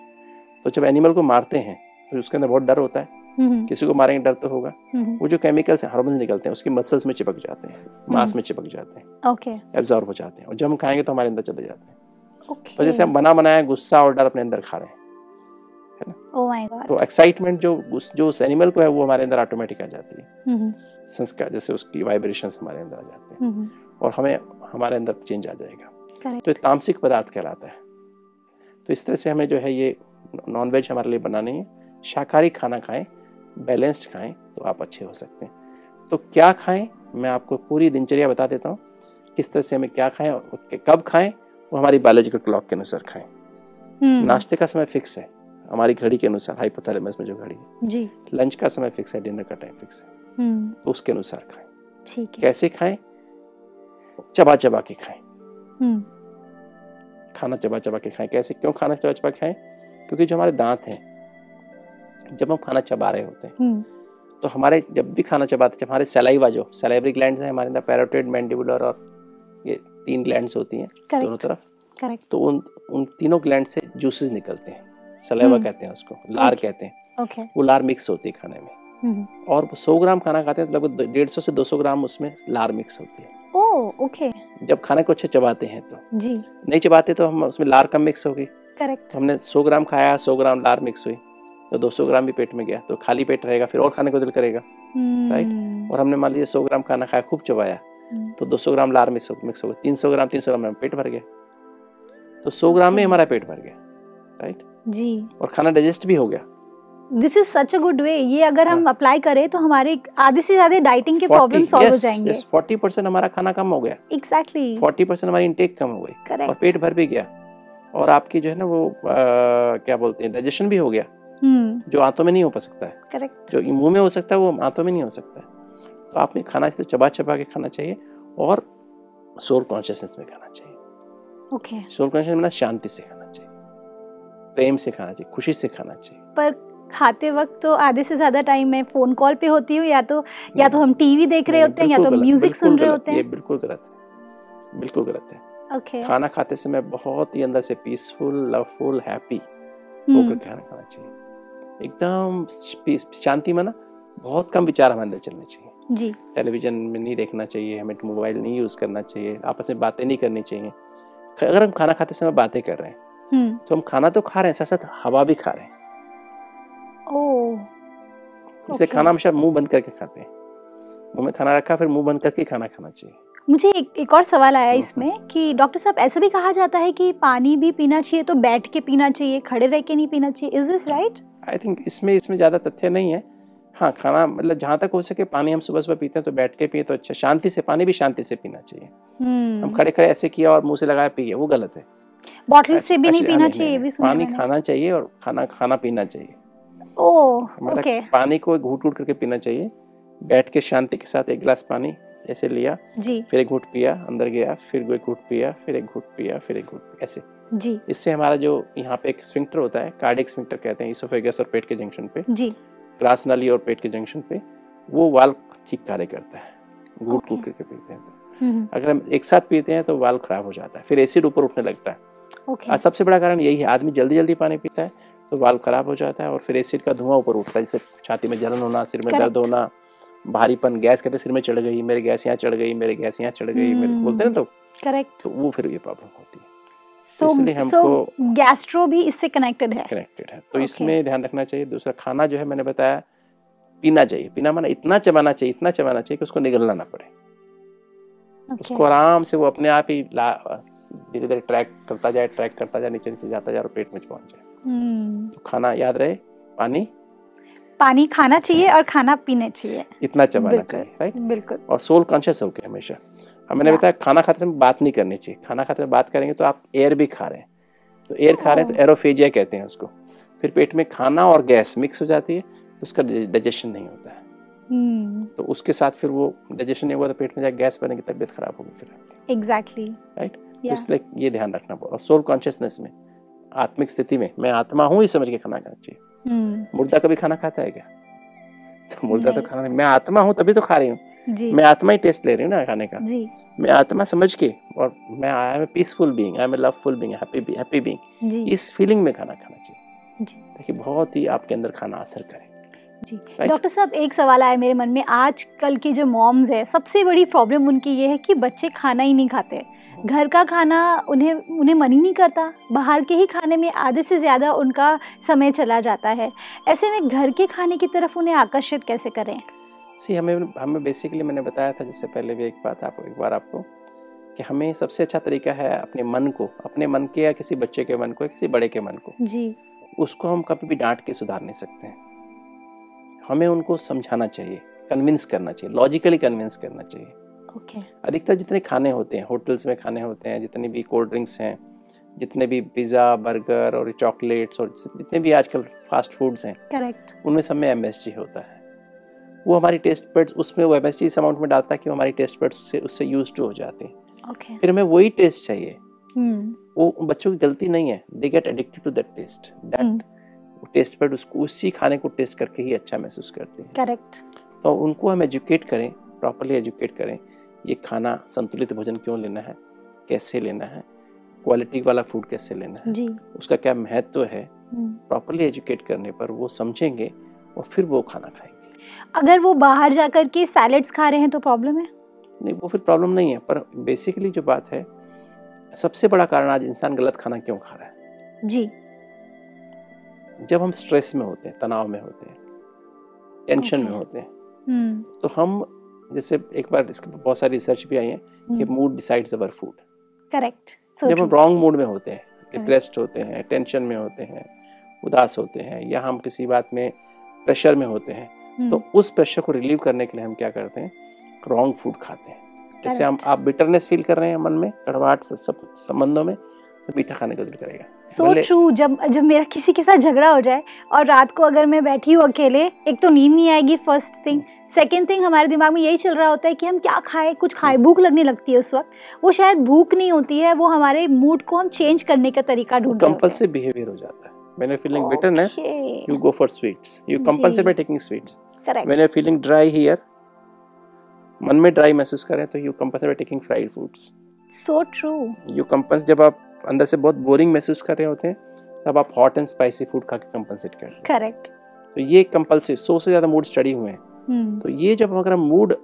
Speaker 3: तो जब एनिमल को मारते हैं तो उसके अंदर बहुत डर होता है
Speaker 2: हम्म
Speaker 3: किसी को मारेंगे डर तो होगा
Speaker 2: हम्म
Speaker 3: वो जो केमिकल्स हैं हार्मोन्स निकलते हैं उसके मसल्स में चिपक जाते हैं मांस में चिपक जाते हैं
Speaker 2: ओके
Speaker 3: एब्जॉर्व हो जाते हैं और जब हम खाएंगे तो हमारे अंदर चले जाते हैं
Speaker 2: ओके
Speaker 3: तो जैसे हम बना बनाया गुस्सा और डर अपने अंदर खा रहे हैं
Speaker 2: ओ माय गॉड
Speaker 3: तो एक्साइटमेंट जो उस- जो उस एनिमल को है वो हमारे अंदर ऑटोमेटिक आ जाती है
Speaker 2: हम्म
Speaker 3: संस्कार जैसे उसकी वाइब्रेशन हमारे अंदर आ जाते हैं
Speaker 2: हम्म
Speaker 3: और हमें हमारे अंदर चेंज आ जाएगा
Speaker 2: करेक्ट
Speaker 3: तो ये तामसिक पदार्थ कहलाता है तो इस तरह से हमें जो है ये नॉन वेज हमारे लिए बना नहीं है शाकाहारी खाना खाएं बैलेंस्ड खाएं तो आप अच्छे हो सकते हैं तो क्या खाएं मैं आपको पूरी दिनचर्या बता देता हूँ किस तरह से हमें क्या खाएं और के- कब खाएं वो हमारी बायोलॉजिकल क्लॉक के अनुसार खाएं
Speaker 2: Hmm,
Speaker 3: नाश्ते का समय फिक्स है हमारी घड़ी के अनुसार हाइपोथैलेमस में जो घड़ी है
Speaker 2: जी
Speaker 3: लंच का समय फिक्स है डिनर का टाइम फिक्स है
Speaker 2: हम्म
Speaker 3: तो उसके अनुसार खाएं
Speaker 2: ठीक है
Speaker 3: कैसे खाएं चबा चबा के खाएं
Speaker 2: हम्म
Speaker 3: खाना चबा चबा के खाएं कैसे क्यों खाना चबा चबा के खाएं क्योंकि जो हमारे दांत हैं जब हम खाना चबा रहे होते हैं
Speaker 2: हम्म
Speaker 3: तो हमारे जब भी खाना चबाते जब हमारे सलाइवा जो सलाइवरी ग्लैंड हैं हमारे अंदर पैरोटेड मैंडिबुलर और ये तीन ग्लैंड होती हैं दोनों
Speaker 2: करेक्ट
Speaker 3: तरफ
Speaker 2: करेक्ट
Speaker 3: तो उन उन तीनों ग्लैंड से जूसेस निकलते हैं सलाइवा
Speaker 2: हम्म।
Speaker 3: कहते हैं उसको लार
Speaker 2: Okay.
Speaker 3: कहते हैं
Speaker 2: ओके
Speaker 3: वो लार मिक्स होती है खाने में
Speaker 2: हम्म
Speaker 3: और सौ ग्राम खाना खाते हैं तो लगभग डेढ़ सौ से दो सौ ग्राम उसमें लार मिक्स होती है
Speaker 2: ओ ओके
Speaker 3: जब खाने को अच्छे चबाते हैं तो
Speaker 2: जी
Speaker 3: नहीं चबाते तो हम उसमें लार कम मिक्स होगी
Speaker 2: करेक्ट
Speaker 3: तो हमने 100 ग्राम खाया 100 ग्राम लार मिक्स हुई तो 200 ग्राम भी पेट में गया तो खाली पेट रहेगा फिर और खाने को दिल करेगा Right.
Speaker 2: Hmm,
Speaker 3: और हमने मान लीजिए 100 ग्राम खाना खाया खूब चबाया
Speaker 2: हम्म।
Speaker 3: तो 200 ग्राम लार मिक्स हो- मिक्स हो गया 300 ग्राम 300 ग्राम में पेट भर गया तो 100 ग्राम में
Speaker 2: Okay.
Speaker 3: हमारा पेट भर गया राइट
Speaker 2: जी
Speaker 3: और खाना डाइजेस्ट भी हो गया
Speaker 2: this is such a good way ये अगर हम अप्लाई करें तो हमारे आधे से ज्यादा डाइटिंग के प्रॉब्लम सॉल्व हो जाएंगे
Speaker 3: फोर्टी परसेंट हमारा खाना कम हो गया
Speaker 2: एग्जैक्टली
Speaker 3: फोर्टी परसेंट हमारी इंटेक कम हो गई और
Speaker 2: करेक्ट
Speaker 3: पेट भर भी गया और आपकी जो है ना वो आ, क्या बोलते हैं डाइजेशन भी हो गया
Speaker 2: हम्म
Speaker 3: जो आंतों में नहीं हो सकता है
Speaker 2: करेक्ट
Speaker 3: जो मुंह में हो सकता है वो आंतों में नहीं हो सकता है तो आपने खाना इसे चबा चबा के खाना चाहिए और सोल कॉन्शियसनेस में खाना चाहिए
Speaker 2: ओके
Speaker 3: सोल कॉन्शियसनेस में शांति से खाना चाहिए प्रेम से खाना चाहिए खुशी से खाना चाहिए
Speaker 2: पर खाते वक्त तो आधे से ज्यादा टाइम मैं फोन कॉल पे होती हूँ या तो या तो हम टीवी देख रहे होते
Speaker 3: नहीं,
Speaker 2: हैं या
Speaker 3: Hmm. बिल्कुल
Speaker 2: तो
Speaker 3: गलत,
Speaker 2: म्यूजिक
Speaker 3: बिल्कुल
Speaker 2: सुन रहे
Speaker 3: गलत,
Speaker 2: होते
Speaker 3: ये
Speaker 2: हैं
Speaker 3: बिल्कुल गलत है बिल्कुल गलत है
Speaker 2: ओके
Speaker 3: खाना खाते समय बहुत ही अंदर से पीसफुल लवफुल हैप्पी होकर
Speaker 2: हम्म,
Speaker 3: खाना खाना चाहिए एकदम पीस- शांति में ना बहुत कम विचार हमारे अंदर चलने चाहिए
Speaker 2: जी
Speaker 3: टेलीविजन में नहीं देखना चाहिए हमें तो मोबाइल नहीं यूज़ करना चाहिए आपस में बातें नहीं करनी चाहिए अगर हम खाना खाते समय बातें कर रहे हैं
Speaker 2: हम्म
Speaker 3: तो हम खाना तो खा रहे हैं साथ साथ हवा भी खा रहे हैं
Speaker 2: ओ
Speaker 3: इसलिए
Speaker 2: Okay.
Speaker 3: खाना हमेशा मुंह बंद करके खाते हैं मुंह में खाना रखा फिर मुंह बंद करके खाना खाना चाहिए
Speaker 2: मुझे एक एक और सवाल आया
Speaker 3: हम्म।
Speaker 2: इसमें कि डॉक्टर साहब ऐसा भी कहा जाता है कि पानी भी पीना चाहिए तो बैठ के पीना चाहिए खड़े रह के नहीं पीना चाहिए is this right
Speaker 3: I think इसमें इसमें ज़्यादा तथ्य नहीं है हाँ खाना मतलब जहाँ तक हो सके पानी हम सुबह सुबह पीते हैं तो बैठ के पिए तो अच्छा शांति से पानी भी शांति से पीना चाहिए हम
Speaker 2: Hmm.
Speaker 3: खड़े खड़े ऐसे किया और मुंह से लगाया पी गए वो गलत है
Speaker 2: बॉटल से भी नहीं
Speaker 3: Actually, हाँ,
Speaker 2: पीना चाहिए ये भी सुना है
Speaker 3: पानी
Speaker 2: मैंने।
Speaker 3: खाना चाहिए और खाना खाना पीना चाहिए
Speaker 2: ओ
Speaker 3: मतलब
Speaker 2: ओके
Speaker 3: पानी को घूट घूट करके पीना चाहिए बैठ के शांति के साथ एक गिलास पानी ऐसे लिया
Speaker 2: जी
Speaker 3: फिर एक घूट पिया अंदर गया फिर एक घूट पिया फिर एक घूट पिया फिर एक घूट पिया, ऐसे
Speaker 2: जी
Speaker 3: इससे हमारा जो यहाँ पे एक स्विंक्टर होता है कार्डिक स्विंक्टर कहते हैं इसोफेगस और पेट के जंक्शन पे
Speaker 2: जी
Speaker 3: ग्रास नली और पेट के जंक्शन पे वो वाल ठीक कार्य करता है घूट घूट
Speaker 2: Okay.
Speaker 3: करके पीते हैं तो
Speaker 2: हम्म,
Speaker 3: अगर हम एक साथ पीते हैं तो वाल खराब हो जाता है फिर एसिड ऊपर उठने लगता है
Speaker 2: ओके
Speaker 3: और सबसे बड़ा कारण यही है आदमी जल्दी जल्दी पानी पीता है तो वाल खराब हो जाता है और फिर एसिड का धुआं ऊपर उठता है जैसे छाती में जलन होना सिर में दर्द
Speaker 2: Correct.
Speaker 3: होना भारीपन गैस कहते हैं, सिर में चढ़ गई मेरे गैस यहाँ चढ़ गई मेरे गैस यहाँ चढ़ गई मेरे
Speaker 2: Hmm.
Speaker 3: बोलते हैं ना लोग
Speaker 2: करेक्ट
Speaker 3: तो वो फिर ये प्रॉब्लम होती है
Speaker 2: सो
Speaker 3: इसलिए हमको
Speaker 2: सो गैस्ट्रो भी इससे कनेक्टेड है
Speaker 3: कनेक्टेड है तो
Speaker 2: Okay.
Speaker 3: इसमें ध्यान रखना चाहिए दूसरा खाना जो है मैंने बताया पीना चाहिए पीना माना इतना चबाना चाहिए इतना चबाना चाहिए कि उसको निगलना ना पड़े
Speaker 2: ओके
Speaker 3: उसको आराम से वो अपने आप ही धीरे धीरे ट्रैक करता जाए ट्रैक करता जाए नीचे नीचे जाता जाए और पेट में पहुंच जाए
Speaker 2: हम्म,
Speaker 3: तो खाना याद रहे पानी
Speaker 2: पानी खाना
Speaker 3: अच्छा.
Speaker 2: चाहिए और खाना पीना चाहिए
Speaker 3: इतना चबाना
Speaker 2: बिल्कुल।
Speaker 3: चाहिए राइट
Speaker 2: बिल्कुल
Speaker 3: और सोल कॉन्शियस होकर हमेशा अब मैंने
Speaker 2: Yeah.
Speaker 3: बताया खाना खाते समय बात नहीं करनी चाहिए खाना खाते समय बात करेंगे तो आप एयर भी खा रहे हैं तो एयर खा रहे हैं
Speaker 2: हाँ।
Speaker 3: तो एरोफेजिया कहते हैं उसको फिर पेट में खाना और गैस मिक्स हो जाती है तो उसका डाइजेशन नहीं होता है
Speaker 2: हम्म
Speaker 3: तो उसके साथ फिर वो डाइजेशन नहीं हुआ तो पेट में जाकर गैस बनेगी तबीयत खराब होगी फिर आपकी
Speaker 2: एग्जैक्टली
Speaker 3: Right? तो
Speaker 2: या
Speaker 3: इसलिए ये ध्यान रखना पड़ा और सोल कॉन्शियसनेस में आत्मिक स्थिति में मैं आत्मा हूँ ये समझ के खाना खाना चाहिए
Speaker 2: हम्म
Speaker 3: मुर्दा कभी खाना खाता है क्या तो मुर्दा तो
Speaker 2: नहीं।
Speaker 3: खाना नहीं मैं आत्मा हूँ तभी तो खा रही हूँ
Speaker 2: जी
Speaker 3: मैं आत्मा ही टेस्ट ले रही हूँ ना खाने का
Speaker 2: जी
Speaker 3: मैं आत्मा समझ के और मैं I am peaceful being I am loveful being happy happy being
Speaker 2: जी
Speaker 3: इस फीलिंग में खाना खाना चाहिए
Speaker 2: जी।
Speaker 3: ताकि बहुत ही आपके अंदर खाना असर करे
Speaker 2: जी
Speaker 3: Right?
Speaker 2: डॉक्टर साहब एक सवाल आया मेरे मन में आज कल के जो मॉम्स है सबसे बड़ी प्रॉब्लम उनकी ये है कि बच्चे खाना ही नहीं खाते घर का खाना उन्हें उन्हें मन ही नहीं करता बाहर के ही खाने में आधे से ज़्यादा उनका समय चला जाता है ऐसे में घर के खाने की तरफ उन्हें आकर्षित कैसे करें
Speaker 3: सी हमें हमें बेसिकली मैंने बताया था जिससे पहले भी एक बात आपको एक बार आपको कि हमें सबसे अच्छा तरीका है अपने मन को अपने मन के या किसी बच्चे के मन को या किसी बड़े के मन को
Speaker 2: जी
Speaker 3: उसको हम कभी भी डांट के सुधार नहीं सकते हैं हमें उनको समझाना चाहिए कन्विंस करना चाहिए लॉजिकली कन्विंस करना चाहिए
Speaker 2: ओके
Speaker 3: अधिकतर जितने खाने होते हैं होटल्स में खाने होते हैं जितनी भी कोल्ड ड्रिंक्स हैं जितने भी पिज़्ज़ा बर्गर और चॉकलेट्स और जितने भी आजकल फास्ट फूड्स हैं
Speaker 2: करेक्ट
Speaker 3: उनमें सब में एम होता है वो हमारी टेस्ट बड्स उसमें वो एम इस अमाउंट में डालता है कि वो हमारी टेस्ट बड्स उससे उससे यूज टू हो जाते हैं
Speaker 2: ओके
Speaker 3: फिर हमें वही टेस्ट चाहिए
Speaker 2: हम्म
Speaker 3: वो उन बच्चों की गलती नहीं है they get addicted to that taste
Speaker 2: hmm.
Speaker 3: That taste bud उसको उसी खाने को टेस्ट करके ही अच्छा महसूस करते हैं
Speaker 2: करेक्ट
Speaker 3: तो उनको हम एजुकेट करें प्रॉपरली एजुकेट करें ये खाना संतुलित भोजन क्यों लेना है कैसे लेना है क्वालिटी वाला फूड कैसे लेना है
Speaker 2: जी
Speaker 3: उसका क्या महत्व है
Speaker 2: हम्म।
Speaker 3: प्रॉपरली एजुकेट करने पर वो समझेंगे और फिर वो खाना खाएंगे
Speaker 2: अगर वो बाहर जाकर के सैलड्स खा रहे हैं तो प्रॉब्लम है
Speaker 3: नहीं वो फिर प्रॉब्लम नहीं है पर बेसिकली जो बात है सबसे बड़ा कारण आज इंसान गलत खाना क्यों खा रहा है
Speaker 2: जी
Speaker 3: जब हम स्ट्रेस में होते हैं तनाव में होते हैं टेंशन में
Speaker 2: Okay.
Speaker 3: होते हैं
Speaker 2: हम्म
Speaker 3: तो हम जैसे एक बार इसके ऊपर बहुत सारी रिसर्च भी आई है
Speaker 2: Hmm.
Speaker 3: कि
Speaker 2: हम्म।
Speaker 3: Mood decides our food
Speaker 2: correct
Speaker 3: Hmm. जब हम
Speaker 2: सो
Speaker 3: रॉन्ग मूड में होते हैं डिप्रेस्ड होते हैं टेंशन में होते हैं उदास होते हैं या हम किसी बात में प्रेशर में होते हैं
Speaker 2: Hmm.
Speaker 3: तो उस प्रेशर को रिलीव करने के लिए हम क्या करते हैं रॉन्ग फूड खाते हैं जैसे हम
Speaker 2: Correct.
Speaker 3: आप बिटरनेस फील कर रहे हैं मन में कड़वाहट स- सब संबंधों में तो मीठा खाने को दिल करेगा
Speaker 2: सो
Speaker 3: भले-
Speaker 2: ट्रू जब जब मेरा किसी के साथ झगड़ा हो जाए और रात को अगर मैं बैठी हूँ अकेले एक तो नींद नहीं आएगी फर्स्ट थिंग सेकंड थिंग हमारे दिमाग में यही चल रहा होता है कि हम क्या खाएं कुछ
Speaker 3: हम्म।
Speaker 2: खाएं भूख लगने लगती है उस वक्त वो शायद भूख नहीं होती है वो हमारे मूड को हम चेंज करने का तरीका ढूंढ रहे होते
Speaker 3: कंपल्सिव बिहेवियर हो जाता है व्हेन यू फीलिंग बिटरनेस
Speaker 2: हैं
Speaker 3: you go for sweets you compulsive by taking sweets
Speaker 2: correct
Speaker 3: when you feeling dry here मन में ड्राई महसूस कर रहे हैं तो you compulsive by taking fried foods
Speaker 2: so true
Speaker 3: you compulse जब आप अंदर से बहुत बोरिंग महसूस कर रहे होते हैं तब आप हॉट एंड स्पाइसी फूड खा के कंपनसेट कर रहे हैं
Speaker 2: करेक्ट
Speaker 3: तो ये कंपल्सिव सौ से ज़्यादा मूड स्टडी हुए हैं
Speaker 2: हम्म,
Speaker 3: तो ये जब अगर हम मूड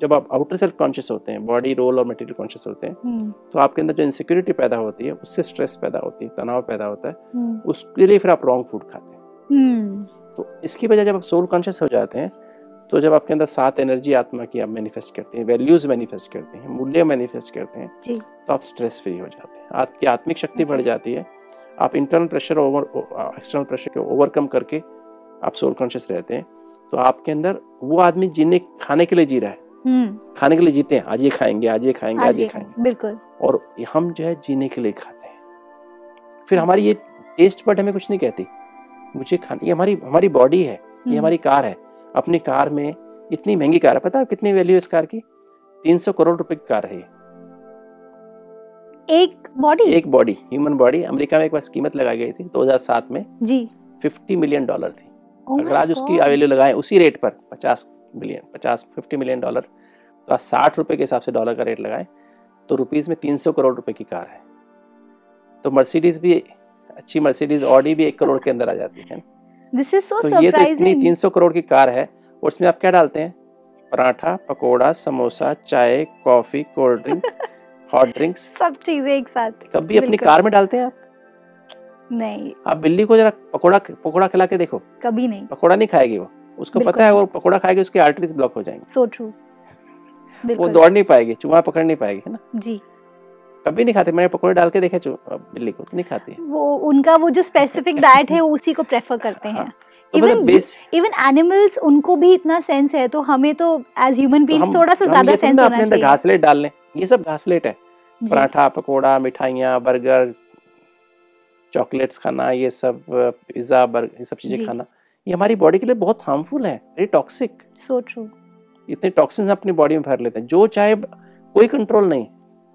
Speaker 3: जब आप आउटर सेल्फ कॉन्शियस होते हैं बॉडी रोल और मटेरियल कॉन्शियस होते हैं
Speaker 2: हम्म,
Speaker 3: तो आपके अंदर जो इनसिक्योरिटी पैदा होती है उससे स्ट्रेस पैदा होती है तनाव पैदा होता है
Speaker 2: हम्म,
Speaker 3: उसके लिए फिर आप रॉन्ग फूड खाते हैं तो इसकी वजह जब आप सोल कॉन्शियस हो जाते हैं तो जब आपके अंदर सात एनर्जी आत्मा की आप मैनिफेस्ट करते हैं वैल्यूज मैनिफेस्ट करते हैं मूल्य मैनिफेस्ट करते हैं
Speaker 2: जी।
Speaker 3: तो आप स्ट्रेस फ्री हो जाते हैं आपकी आत्मिक शक्ति बढ़ जाती है आप internal pressure over external pressure को ओवरकम करके आप सोल कॉन्शियस रहते हैं तो आपके अंदर वो आदमी जीने खाने के लिए जी रहा है
Speaker 2: हम्म,
Speaker 3: खाने के लिए जीते हैं आज ये खाएंगे आज ये खाएंगे आज ये खाएंगे
Speaker 2: बिल्कुल
Speaker 3: और हम जो है जीने के लिए खाते हैं फिर हमारी ये टेस्ट बट हमें कुछ नहीं कहती मुझे खाने ये हमारी हमारी बॉडी है
Speaker 2: हम्म।
Speaker 3: ये हमारी कार है अपनी कार में इतनी महंगी कार है पता है कितनी वैल्यू है इस कार की तीन सौ करोड़ रुपए की कार है ये।
Speaker 2: एक बॉडी
Speaker 3: एक बॉडी ह्यूमन बॉडी अमेरिका में एक बार कीमत लगाई गई थी 2007 में
Speaker 2: जी
Speaker 3: 50 मिलियन डॉलर थी
Speaker 2: Oh my
Speaker 3: अगर आज उसकी
Speaker 2: God.
Speaker 3: वैल्यू लगाएं उसी रेट पर 50 बिलियन 50 50 मिलियन डॉलर तो आज साठ रुपए के हिसाब से डॉलर का रेट लगाएं तो रुपीज़ में 300 करोड़ रुपए की कार है तो मर्सिडीज भी अच्छी मर्सिडीज ऑडी भी एक करोड़ के अंदर आ जाती है
Speaker 2: This is so
Speaker 3: तो ये तो इतनी
Speaker 2: surprising.
Speaker 3: 300 करोड़ की कार है और इसमें आप क्या डालते हैं पराठा पकोड़ा समोसा चाय coffee cold drink hot drinks
Speaker 2: सब चीजें एक साथ
Speaker 3: कभी अपनी
Speaker 2: बिल्कुल।
Speaker 3: कार में डालते हैं आप
Speaker 2: नहीं
Speaker 3: आप बिल्ली को जरा पकोड़ा पकोड़ा खिला के देखो
Speaker 2: कभी नहीं
Speaker 3: पकोड़ा नहीं खाएगी वो उसको
Speaker 2: बिल्कुल
Speaker 3: पता है वो पकोड़ा खाएगी उसकी आर्टरीज ब्लॉक हो जाएंगी
Speaker 2: सो ट्रू
Speaker 3: वो
Speaker 2: बिल्कुल
Speaker 3: दौड़ नहीं पाएगी चूहा पकड़ नहीं पाएगी है ना
Speaker 2: जी
Speaker 3: कभी नहीं खाती मैंने पकौड़े डाल के देखे चू- अब बिल्ली को तो नहीं खाती है
Speaker 2: वो उनका वो जो स्पेसिफिक डाइट है वो उसी को प्रेफर करते हैं
Speaker 3: हाँ, तो मतलब
Speaker 2: Even
Speaker 3: बेस
Speaker 2: इवन एनिमल्स उनको भी इतना सेंस है तो हमें तो एज ह्यूमन
Speaker 3: तो हम-
Speaker 2: बीइंग्स थोड़ा सा
Speaker 3: हम
Speaker 2: ज्यादा
Speaker 3: ये थोड़ी
Speaker 2: सेंस
Speaker 3: ना
Speaker 2: होना
Speaker 3: अपने अंदर
Speaker 2: चाहिए
Speaker 3: घासलेट डाल लें ये सब घासलेट है
Speaker 2: जी,
Speaker 3: पराठा पकौड़ा मिठाइयाँ बर्गर चॉकलेट्स खाना ये सब पिज्ज़ा बर्गर ये सब
Speaker 2: जी।
Speaker 3: चीज़ें खाना ये हमारी बॉडी के लिए बहुत हार्मफुल है वेरी टॉक्सिक
Speaker 2: so true,
Speaker 3: इतने टॉक्सिन अपनी बॉडी में भर लेते हैं जो चाहे कोई कंट्रोल नहीं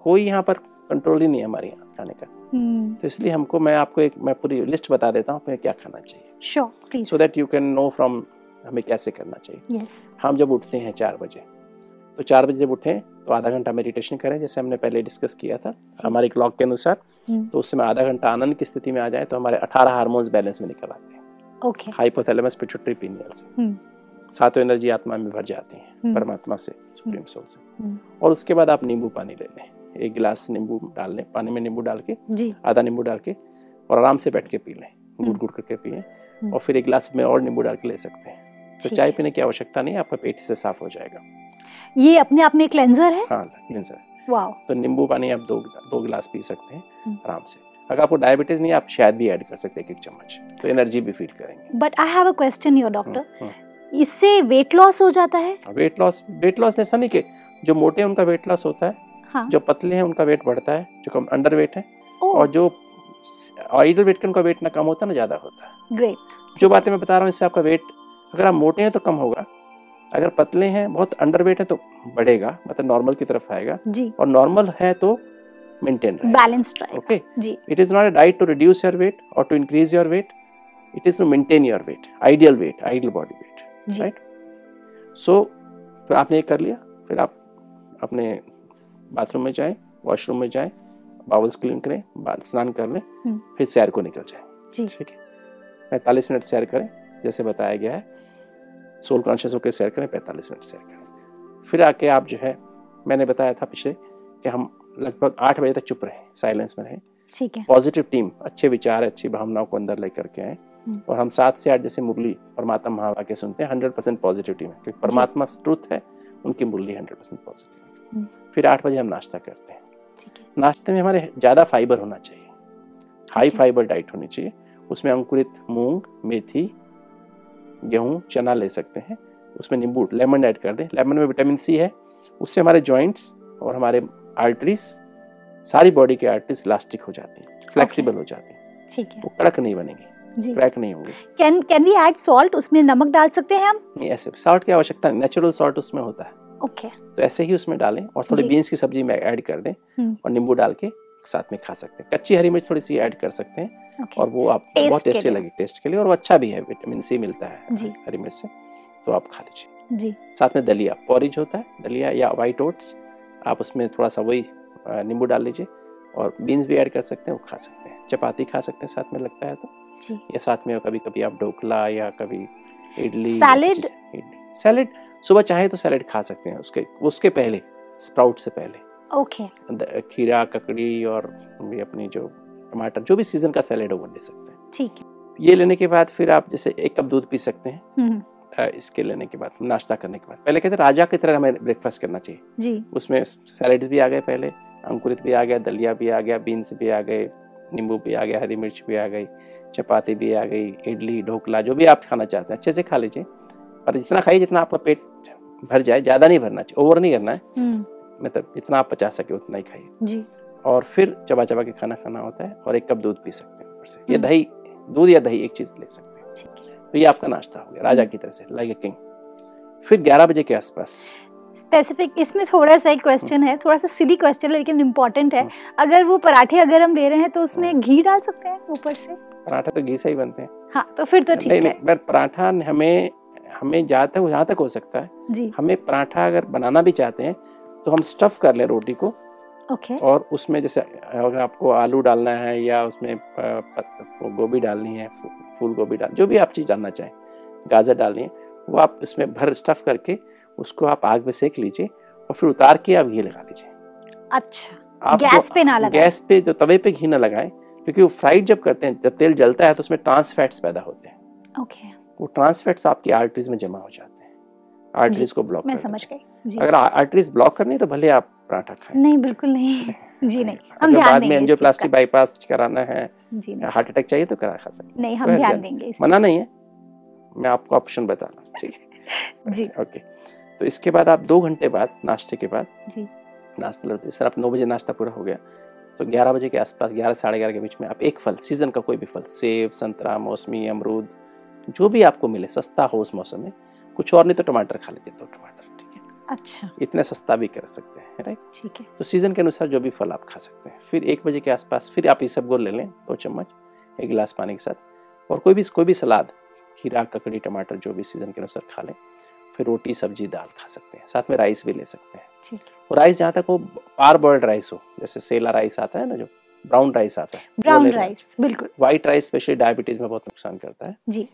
Speaker 3: कोई यहाँ पर कंट्रोल ही नहीं है हमारे यहाँ खाने का
Speaker 2: हम्म,
Speaker 3: तो इसलिए हमको मैं आपको एक मैं पूरी लिस्ट बता देता हूँ हमें क्या खाना चाहिए
Speaker 2: sure, please,
Speaker 3: so that you can know from हमें कैसे करना चाहिए
Speaker 2: yes,
Speaker 3: हम जब उठते हैं चार बजे तो चार बजे जब उठें तो आधा घंटा मेडिटेशन करें जैसे हमने पहले डिस्कस किया था हमारे क्लॉक के अनुसार
Speaker 2: हम्म,
Speaker 3: तो उससे में आधा घंटा आनंद की स्थिति में आ जाए तो हमारे 18 हार्मोन्स बैलेंस में निकल आते हैं
Speaker 2: okay,
Speaker 3: हाइपोथैलेमस पिट्यूटरी पीनियल से सातों एनर्जी आत्मा में भर जाती हैं
Speaker 2: हम्म।
Speaker 3: परमात्मा से सुप्रीम सोल से
Speaker 2: हम्म।
Speaker 3: और उसके बाद आप नींबू पानी ले लें एक गिलास नींबू डाल लें पानी में नींबू डाल के
Speaker 2: जी,
Speaker 3: आधा नींबू डाल के और आराम से बैठ के पी लें गुड़ गुड़ करके पिए
Speaker 2: हम्म।
Speaker 3: और फिर एक गिलास में और नींबू डाल के ले सकते हैं तो
Speaker 2: ठीक
Speaker 3: चाय
Speaker 2: है।
Speaker 3: पीने की आवश्यकता नहीं है, आपका पेट से साफ हो जाएगा
Speaker 2: ये अपने आप में क्लेंजर है
Speaker 3: हाँ cleanser है।
Speaker 2: वाओ
Speaker 3: तो नींबू पानी आप दो दो गिलास पी सकते हैं
Speaker 2: हम्म।
Speaker 3: आराम से अगर आपको डायबिटीज नहीं है आप शायद भी ऐड कर सकते हैं एक एक चम्मच तो एनर्जी भी फील करेंगे
Speaker 2: but I have a question your doctor
Speaker 3: हम्म,
Speaker 2: इससे वेट लॉस हो जाता है
Speaker 3: हम्म। वेट लॉस वेट लॉस ऐसा नहीं कि जो मोटे हैं उनका वेट लॉस होता है
Speaker 2: हाँ
Speaker 3: जो पतले हैं उनका वेट बढ़ता है जो कम अंडर वेट है
Speaker 2: ओह
Speaker 3: और जो ऑइडल वेट का उनका वेट ना कम होता ना ज़्यादा होता है
Speaker 2: Oh, ग्रेट
Speaker 3: जो बातें मैं बता रहा हूँ इससे आपका वेट अगर आप मोटे हैं तो कम होगा अगर पतले हैं बहुत अंडर वेट है तो बढ़ेगा मतलब नॉर्मल की तरफ आएगा
Speaker 2: जी
Speaker 3: और नॉर्मल है तो मेंटेन रहेगा
Speaker 2: बैलेंस्ड राइट
Speaker 3: ओके
Speaker 2: जी
Speaker 3: it is not a diet to reduce your weight और to increase your weight it is to maintain your weight ideal weight ideal body weight
Speaker 2: जी
Speaker 3: right? सो फिर आपने ये कर लिया फिर आप अपने बाथरूम में जाएं वॉशरूम में जाएं बावल्स क्लीन करें बा- स्नान कर लें
Speaker 2: हम्म।
Speaker 3: फिर सैर को निकल जाएं
Speaker 2: जी
Speaker 3: ठीक है पैंतालीस मिनट सैर करें जैसे बताया गया है सोल कॉन्शियस होकर सैर करें पैंतालीस मिनट सैर करें फिर आके आप जो है मैंने बताया था पिछले कि हम लगभग आठ बजे तक चुप रहें साइलेंस में रहें
Speaker 2: ठीक है
Speaker 3: पॉजिटिव टीम अच्छे विचार अच्छी भावनाओं को अंदर लेकर के आए
Speaker 2: हम्म।
Speaker 3: और हम सात से आठ जैसे मुरली परमात्मा महावाक्य सुनते हैं हंड्रेड परसेंट पॉजिटिव टीम है क्योंकि परमात्मा ट्रुथ है उनकी मुरली हंड्रेड परसेंट पॉजिटिव है
Speaker 2: हम्म।
Speaker 3: फिर आठ बजे हम नाश्ता करते हैं
Speaker 2: ठीक है
Speaker 3: नाश्ते में हमारे ज़्यादा फाइबर होना चाहिए हाई
Speaker 2: Okay.
Speaker 3: फाइबर डाइट होनी चाहिए उसमें अंकुरित मूंग मेथी गेहूं चना ले सकते हैं उसमें नींबू लेमन ऐड कर दें लेमन में विटामिन सी है उससे हमारे जॉइंट्स और हमारे आर्टरीज सारी बॉडी के आर्टरीज इलास्टिक हो जाती
Speaker 2: अच्छा।
Speaker 3: हैं फ्लेक्सिबल हो जाती हैं
Speaker 2: ठीक है
Speaker 3: वो कड़क नहीं बनेंगे
Speaker 2: जी
Speaker 3: क्रैक नहीं होंगे
Speaker 2: can can we add salt उसमें नमक डाल सकते हैं हम
Speaker 3: नहीं ऐसे सॉल्ट की आवश्यकता नहीं नेचुरल सॉल्ट उसमें होता है
Speaker 2: ओके
Speaker 3: तो ऐसे ही उसमें डालें और थोड़ी
Speaker 2: जी।
Speaker 3: बीन्स की सब्जी में ऐड कर दें
Speaker 2: हम्म।
Speaker 3: और नींबू डाल के साथ में खा सकते हैं कच्ची हरी मिर्च थोड़ी सी ऐड कर सकते हैं और
Speaker 2: ओके
Speaker 3: वो आप
Speaker 2: Taste
Speaker 3: बहुत
Speaker 2: के
Speaker 3: टेस्टी
Speaker 2: लिए।
Speaker 3: लगे टेस्ट के लिए और वो अच्छा भी है विटामिन सी मिलता
Speaker 2: जी।
Speaker 3: है हरी मिर्च से तो आप खा लीजिए
Speaker 2: जी
Speaker 3: साथ में दलिया पॉरिज होता है दलिया या वाइट ओट्स आप उसमें थोड़ा सा वही अ, नींबू डाल लीजिए और बीन्स भी ऐड कर सकते हैं वो खा सकते हैं चपाती खा सकते हैं साथ में लगता है तो
Speaker 2: जी
Speaker 3: या साथ में कभी कभी आप ढोकला या कभी इडली
Speaker 2: Salad?
Speaker 3: सैलेड सुबह चाहे तो सैलेड खा सकते हैं उसके उसके पहले स्प्राउट से पहले
Speaker 2: ओके
Speaker 3: द- खीरा ककड़ी और ये अपनी जो टमाटर जो भी सीजन का सैलेड हो वो ले सकते हैं
Speaker 2: ठीक है
Speaker 3: ये लेने के बाद फिर आप जैसे एक कप दूध पी सकते हैं
Speaker 2: हम्म,
Speaker 3: अ, इसके लेने के बाद नाश्ता करने के बाद पहले कहते हैं राजा की तरह हमें ब्रेकफास्ट करना चाहिए
Speaker 2: जी
Speaker 3: उसमें सैलेड्स भी आ गए पहले अंकुरित भी आ गया दलिया भी आ गया बीन्स भी आ गए नींबू भी आ गया हरी मिर्च भी आ गई चपाती भी आ गई इडली ढोकला जो भी आप खाना चाहते हैं अच्छे से खा लीजिए पर जितना खाइए जितना आपका पेट भर जाए ज़्यादा नहीं भरना चाहिए ओवर नहीं करना है
Speaker 2: हम्म,
Speaker 3: मतलब जितना आप पचा सके उतना ही खाइए
Speaker 2: जी
Speaker 3: और फिर चबा चबा के खाना खाना होता है और एक कप दूध पी सकते हैं ऊपर से ये
Speaker 2: हम्म।
Speaker 3: दही दूध या दही एक चीज़ ले सकते हैं
Speaker 2: ठीक है हम्म।
Speaker 3: तो ये आपका नाश्ता हो गया राजा की तरह से लाइक ए किंग फिर ग्यारह बजे के आसपास
Speaker 2: स्पेसिफिक इसमें थोड़ा सा एक क्वेश्चन है थोड़ा सा सिली क्वेश्चन है लेकिन इम्पोर्टेंट है
Speaker 3: हम्म.
Speaker 2: अगर वो पराठे अगर हम ले रहे हैं तो उसमें घी डाल सकते हैं ऊपर से
Speaker 3: पराठा तो घी से ही बनते हैं
Speaker 2: हाँ तो फिर तो
Speaker 3: नहीं
Speaker 2: ठीक है
Speaker 3: नहीं पर पराठा ने हमें हमें जहाँ तक जहाँ तक हो सकता है
Speaker 2: जी
Speaker 3: हमें पराठा अगर बनाना भी चाहते हैं तो हम स्टफ़ कर लें रोटी को
Speaker 2: ओके
Speaker 3: और उसमें जैसे अगर आपको आलू डालना है या उसमें अ, पत- वो गोभी डालनी है फू- फूल गोभी डाल जो भी आप चीज़ डालना चाहें गाजर डालनी है वो आप उसमें भर स्टफ़ करके उसको आप आग में सेक लीजिए और फिर उतार के आप घी लगा लीजिए
Speaker 2: अच्छा
Speaker 3: आप
Speaker 2: गैस
Speaker 3: जो-
Speaker 2: पे ना लगाएं।
Speaker 3: गैस पे जो तवे पे घी ना लगाएं क्योंकि वो फ्राइड जब करते हैं जब तेल जलता है तो उसमें ट्रांस फैट्स पैदा होते हैं
Speaker 2: ओके
Speaker 3: वो ट्रांसफैट्स आपकी आर्टरीज में जमा हो जाते हैं आर्टरीज को ब्लॉक
Speaker 2: मैं
Speaker 3: कर
Speaker 2: समझ
Speaker 3: देते
Speaker 2: गई जी
Speaker 3: हैं। अगर आर्टरीज ब्लॉक करनी है तो भले आप पराठा खाएं
Speaker 2: नहीं बिल्कुल नहीं जी नहीं हम
Speaker 3: अगर
Speaker 2: ध्यान
Speaker 3: बाद में
Speaker 2: देंगे इस
Speaker 3: एंजियोप्लास्टी बाईपास कराना है
Speaker 2: जी नहीं,
Speaker 3: हार्ट अटैक चाहिए तो करा खा सकते
Speaker 2: नहीं हम
Speaker 3: कोई
Speaker 2: ध्यान
Speaker 3: ध्यान-
Speaker 2: देंगे इस
Speaker 3: हैं मना नहीं है मैं आपको ऑप्शन बता रहा हूँ ठीक है
Speaker 2: जी।
Speaker 3: ओके तो इसके बाद आप दो घंटे बाद नाश्ते के बाद
Speaker 2: जी।
Speaker 3: नाश्ता लेते सर आप नौ बजे नाश्ता पूरा हो गया तो ग्यारह बजे के आसपास ग्यारह साढ़े ग्यारह के बीच में आप एक फल सीजन का कोई भी फल सेब संतरा मौसमी अमरूद जो भी आपको मिले सस्ता हो उस मौसम में कुछ और नहीं तो टमाटर खा लीजिए दो टमाटर ठीक है
Speaker 2: अच्छा
Speaker 3: इतना सस्ता भी कर सकते हैं राइट
Speaker 2: ठीक है
Speaker 3: तो सीज़न के अनुसार जो भी फल आप खा सकते हैं फिर एक बजे के आसपास फिर आप ये सब गोल ले लें दो चम्मच एक गिलास पानी के साथ और कोई भी कोई भी सलाद खीरा ककड़ी टमाटर जो भी सीज़न के अनुसार खा लें फिर रोटी सब्जी दाल खा सकते हैं साथ में राइस भी ले सकते हैं
Speaker 2: ठीक
Speaker 3: और राइस जहाँ तक वो पार बॉइल्ड राइस हो जैसे सेला राइस आता है ना जो ब्राउन राइस आता है
Speaker 2: ब्राउन राइस बिल्कुल
Speaker 3: वाइट राइस स्पेशली डायबिटीज़ में बहुत नुकसान करता है
Speaker 2: जी।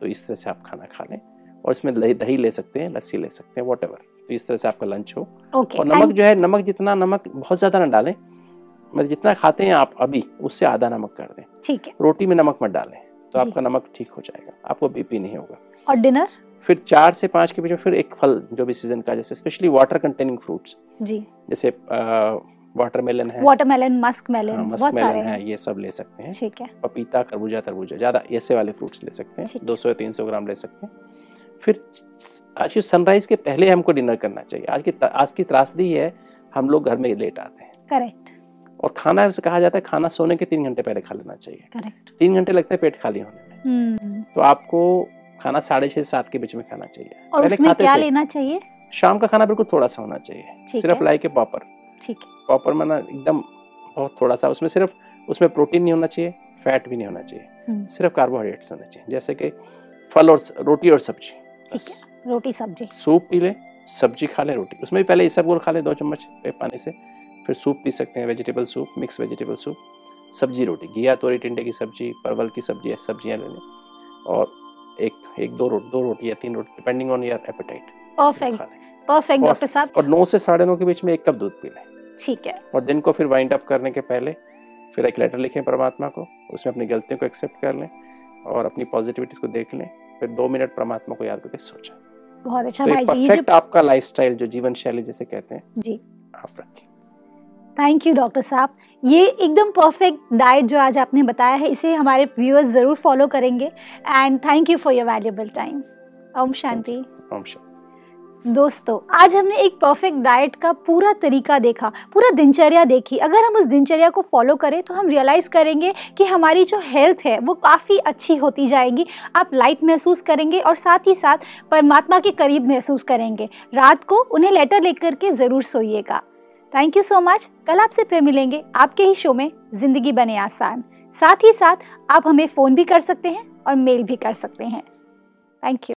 Speaker 3: तो इस तरह से आप खाना खा लें और इसमें दही दही ले सकते हैं लस्सी ले सकते हैं वॉट तो इस तरह से आपका लंच हो
Speaker 2: ओके
Speaker 3: और नमक जो है नमक जितना नमक बहुत ज़्यादा ना डालें मतलब जितना खाते हैं आप अभी उससे आधा नमक कर दें
Speaker 2: ठीक है
Speaker 3: रोटी में नमक मत डालें तो
Speaker 2: जी।
Speaker 3: आपका नमक ठीक हो जाएगा आपको बीपी नहीं होगा
Speaker 2: और डिनर
Speaker 3: फिर चार से पाँच के बीच में फिर एक फल जो भी सीजन का जैसे स्पेशली वाटर कंटेनिंग फ्रूट्स
Speaker 2: जी
Speaker 3: जैसे वाटरमेलन है
Speaker 2: वाटरमेलन मस्क
Speaker 3: हाँ,
Speaker 2: मेलन बहुत सारे
Speaker 3: मस्कमेलन
Speaker 2: हैं
Speaker 3: है ये सब ले सकते हैं
Speaker 2: ठीक है
Speaker 3: पपीता खरबूजा तरबूजा ज़्यादा ऐसे वाले फ्रूट्स ले सकते
Speaker 2: ठीक
Speaker 3: हैं
Speaker 2: है।
Speaker 3: दो सौ या तीन सौ ग्राम ले सकते हैं फिर आज की सनराइज़ के पहले हमको डिनर करना चाहिए आज की आज की त्रासदी ये है हम लोग घर में लेट आते हैं
Speaker 2: करेक्ट
Speaker 3: और खाना ऐसे कहा जाता है खाना सोने के तीन घंटे पहले खा लेना चाहिए
Speaker 2: करेक्ट
Speaker 3: तीन घंटे लगते हैं पेट खाली होने में
Speaker 2: हम्म
Speaker 3: तो आपको खाना साढ़े छः से सात के बीच में खाना चाहिए
Speaker 2: और
Speaker 3: पहले
Speaker 2: उसमें
Speaker 3: खाते
Speaker 2: क्या
Speaker 3: थे।
Speaker 2: लेना चाहिए
Speaker 3: शाम का खाना बिल्कुल थोड़ा सा होना चाहिए
Speaker 2: ठीक
Speaker 3: सिर्फ
Speaker 2: है।
Speaker 3: लाइक ए पॉपर
Speaker 2: ठीक है
Speaker 3: पॉपर माना एकदम बहुत थोड़ा सा उसमें सिर्फ उसमें प्रोटीन नहीं होना चाहिए फैट भी नहीं होना
Speaker 2: हम्म।
Speaker 3: चाहिए सिर्फ कार्बोहाइड्रेट्स होने चाहिए जैसे कि फल और स- रोटी और सब्जी बस।
Speaker 2: ठीक है रोटी सब्जी
Speaker 3: सूप पी लें सब्जी खा लें रोटी उसमें भी पहले इसबगोल खा लें दो चम्मच पे- पानी से फिर सूप पी सकते हैं vegetable soup mix vegetable soup सब्जी रोटी घिया तोरी टिंडे की सब्जी परवल की सब्जी ऐसी सब्जियाँ ले लें और एक एक दो रोटी दो रोटी या तीन रोटी depending on your appetite
Speaker 2: perfect
Speaker 3: हाँ।
Speaker 2: परफेक्ट डॉक्टर साहब
Speaker 3: और नौ से साढ़े नौ के बीच में एक कप दूध पी लें
Speaker 2: ठीक है
Speaker 3: और दिन को फिर वाइंड अप करने के पहले फिर एक लेटर लिखें परमात्मा को उसमें अपनी गलतियों को एक्सेप्ट कर लें और अपनी पॉजिटिविटीज़ को देख लें फिर दो मिनट परमात्मा को याद करके सोचें
Speaker 2: बहुत अच्छा
Speaker 3: तो
Speaker 2: भाई
Speaker 3: एक
Speaker 2: जी ये जो
Speaker 3: परफेक्ट आपका लाइफस्टाइल जो जीवन शैली जिसे कहते हैं
Speaker 2: जी।
Speaker 3: आप रखें
Speaker 2: थैंक यू डॉक्टर साहब ये एकदम परफेक्ट डाइट जो आज आपने बताया है इसे हमारे व्यूअर्स ज़रूर फॉलो करेंगे and thank you for your valuable time ओम शांति
Speaker 3: ओम शांति
Speaker 2: दोस्तों आज हमने एक परफेक्ट डाइट का पूरा तरीका देखा पूरा दिनचर्या देखी अगर हम उस दिनचर्या को फॉलो करें तो हम रियलाइज़ करेंगे कि हमारी जो हेल्थ है वो काफ़ी अच्छी होती जाएगी आप लाइट महसूस करेंगे और साथ ही साथ परमात्मा के करीब महसूस करेंगे रात को उन्हें लेटर लिख करके ज़रूर सोइएगा थैंक यू सो मच कल आपसे फिर मिलेंगे आपके ही शो में ज़िंदगी बने आसान साथ ही साथ आप हमें फ़ोन भी कर सकते हैं और मेल भी कर सकते हैं थैंक यू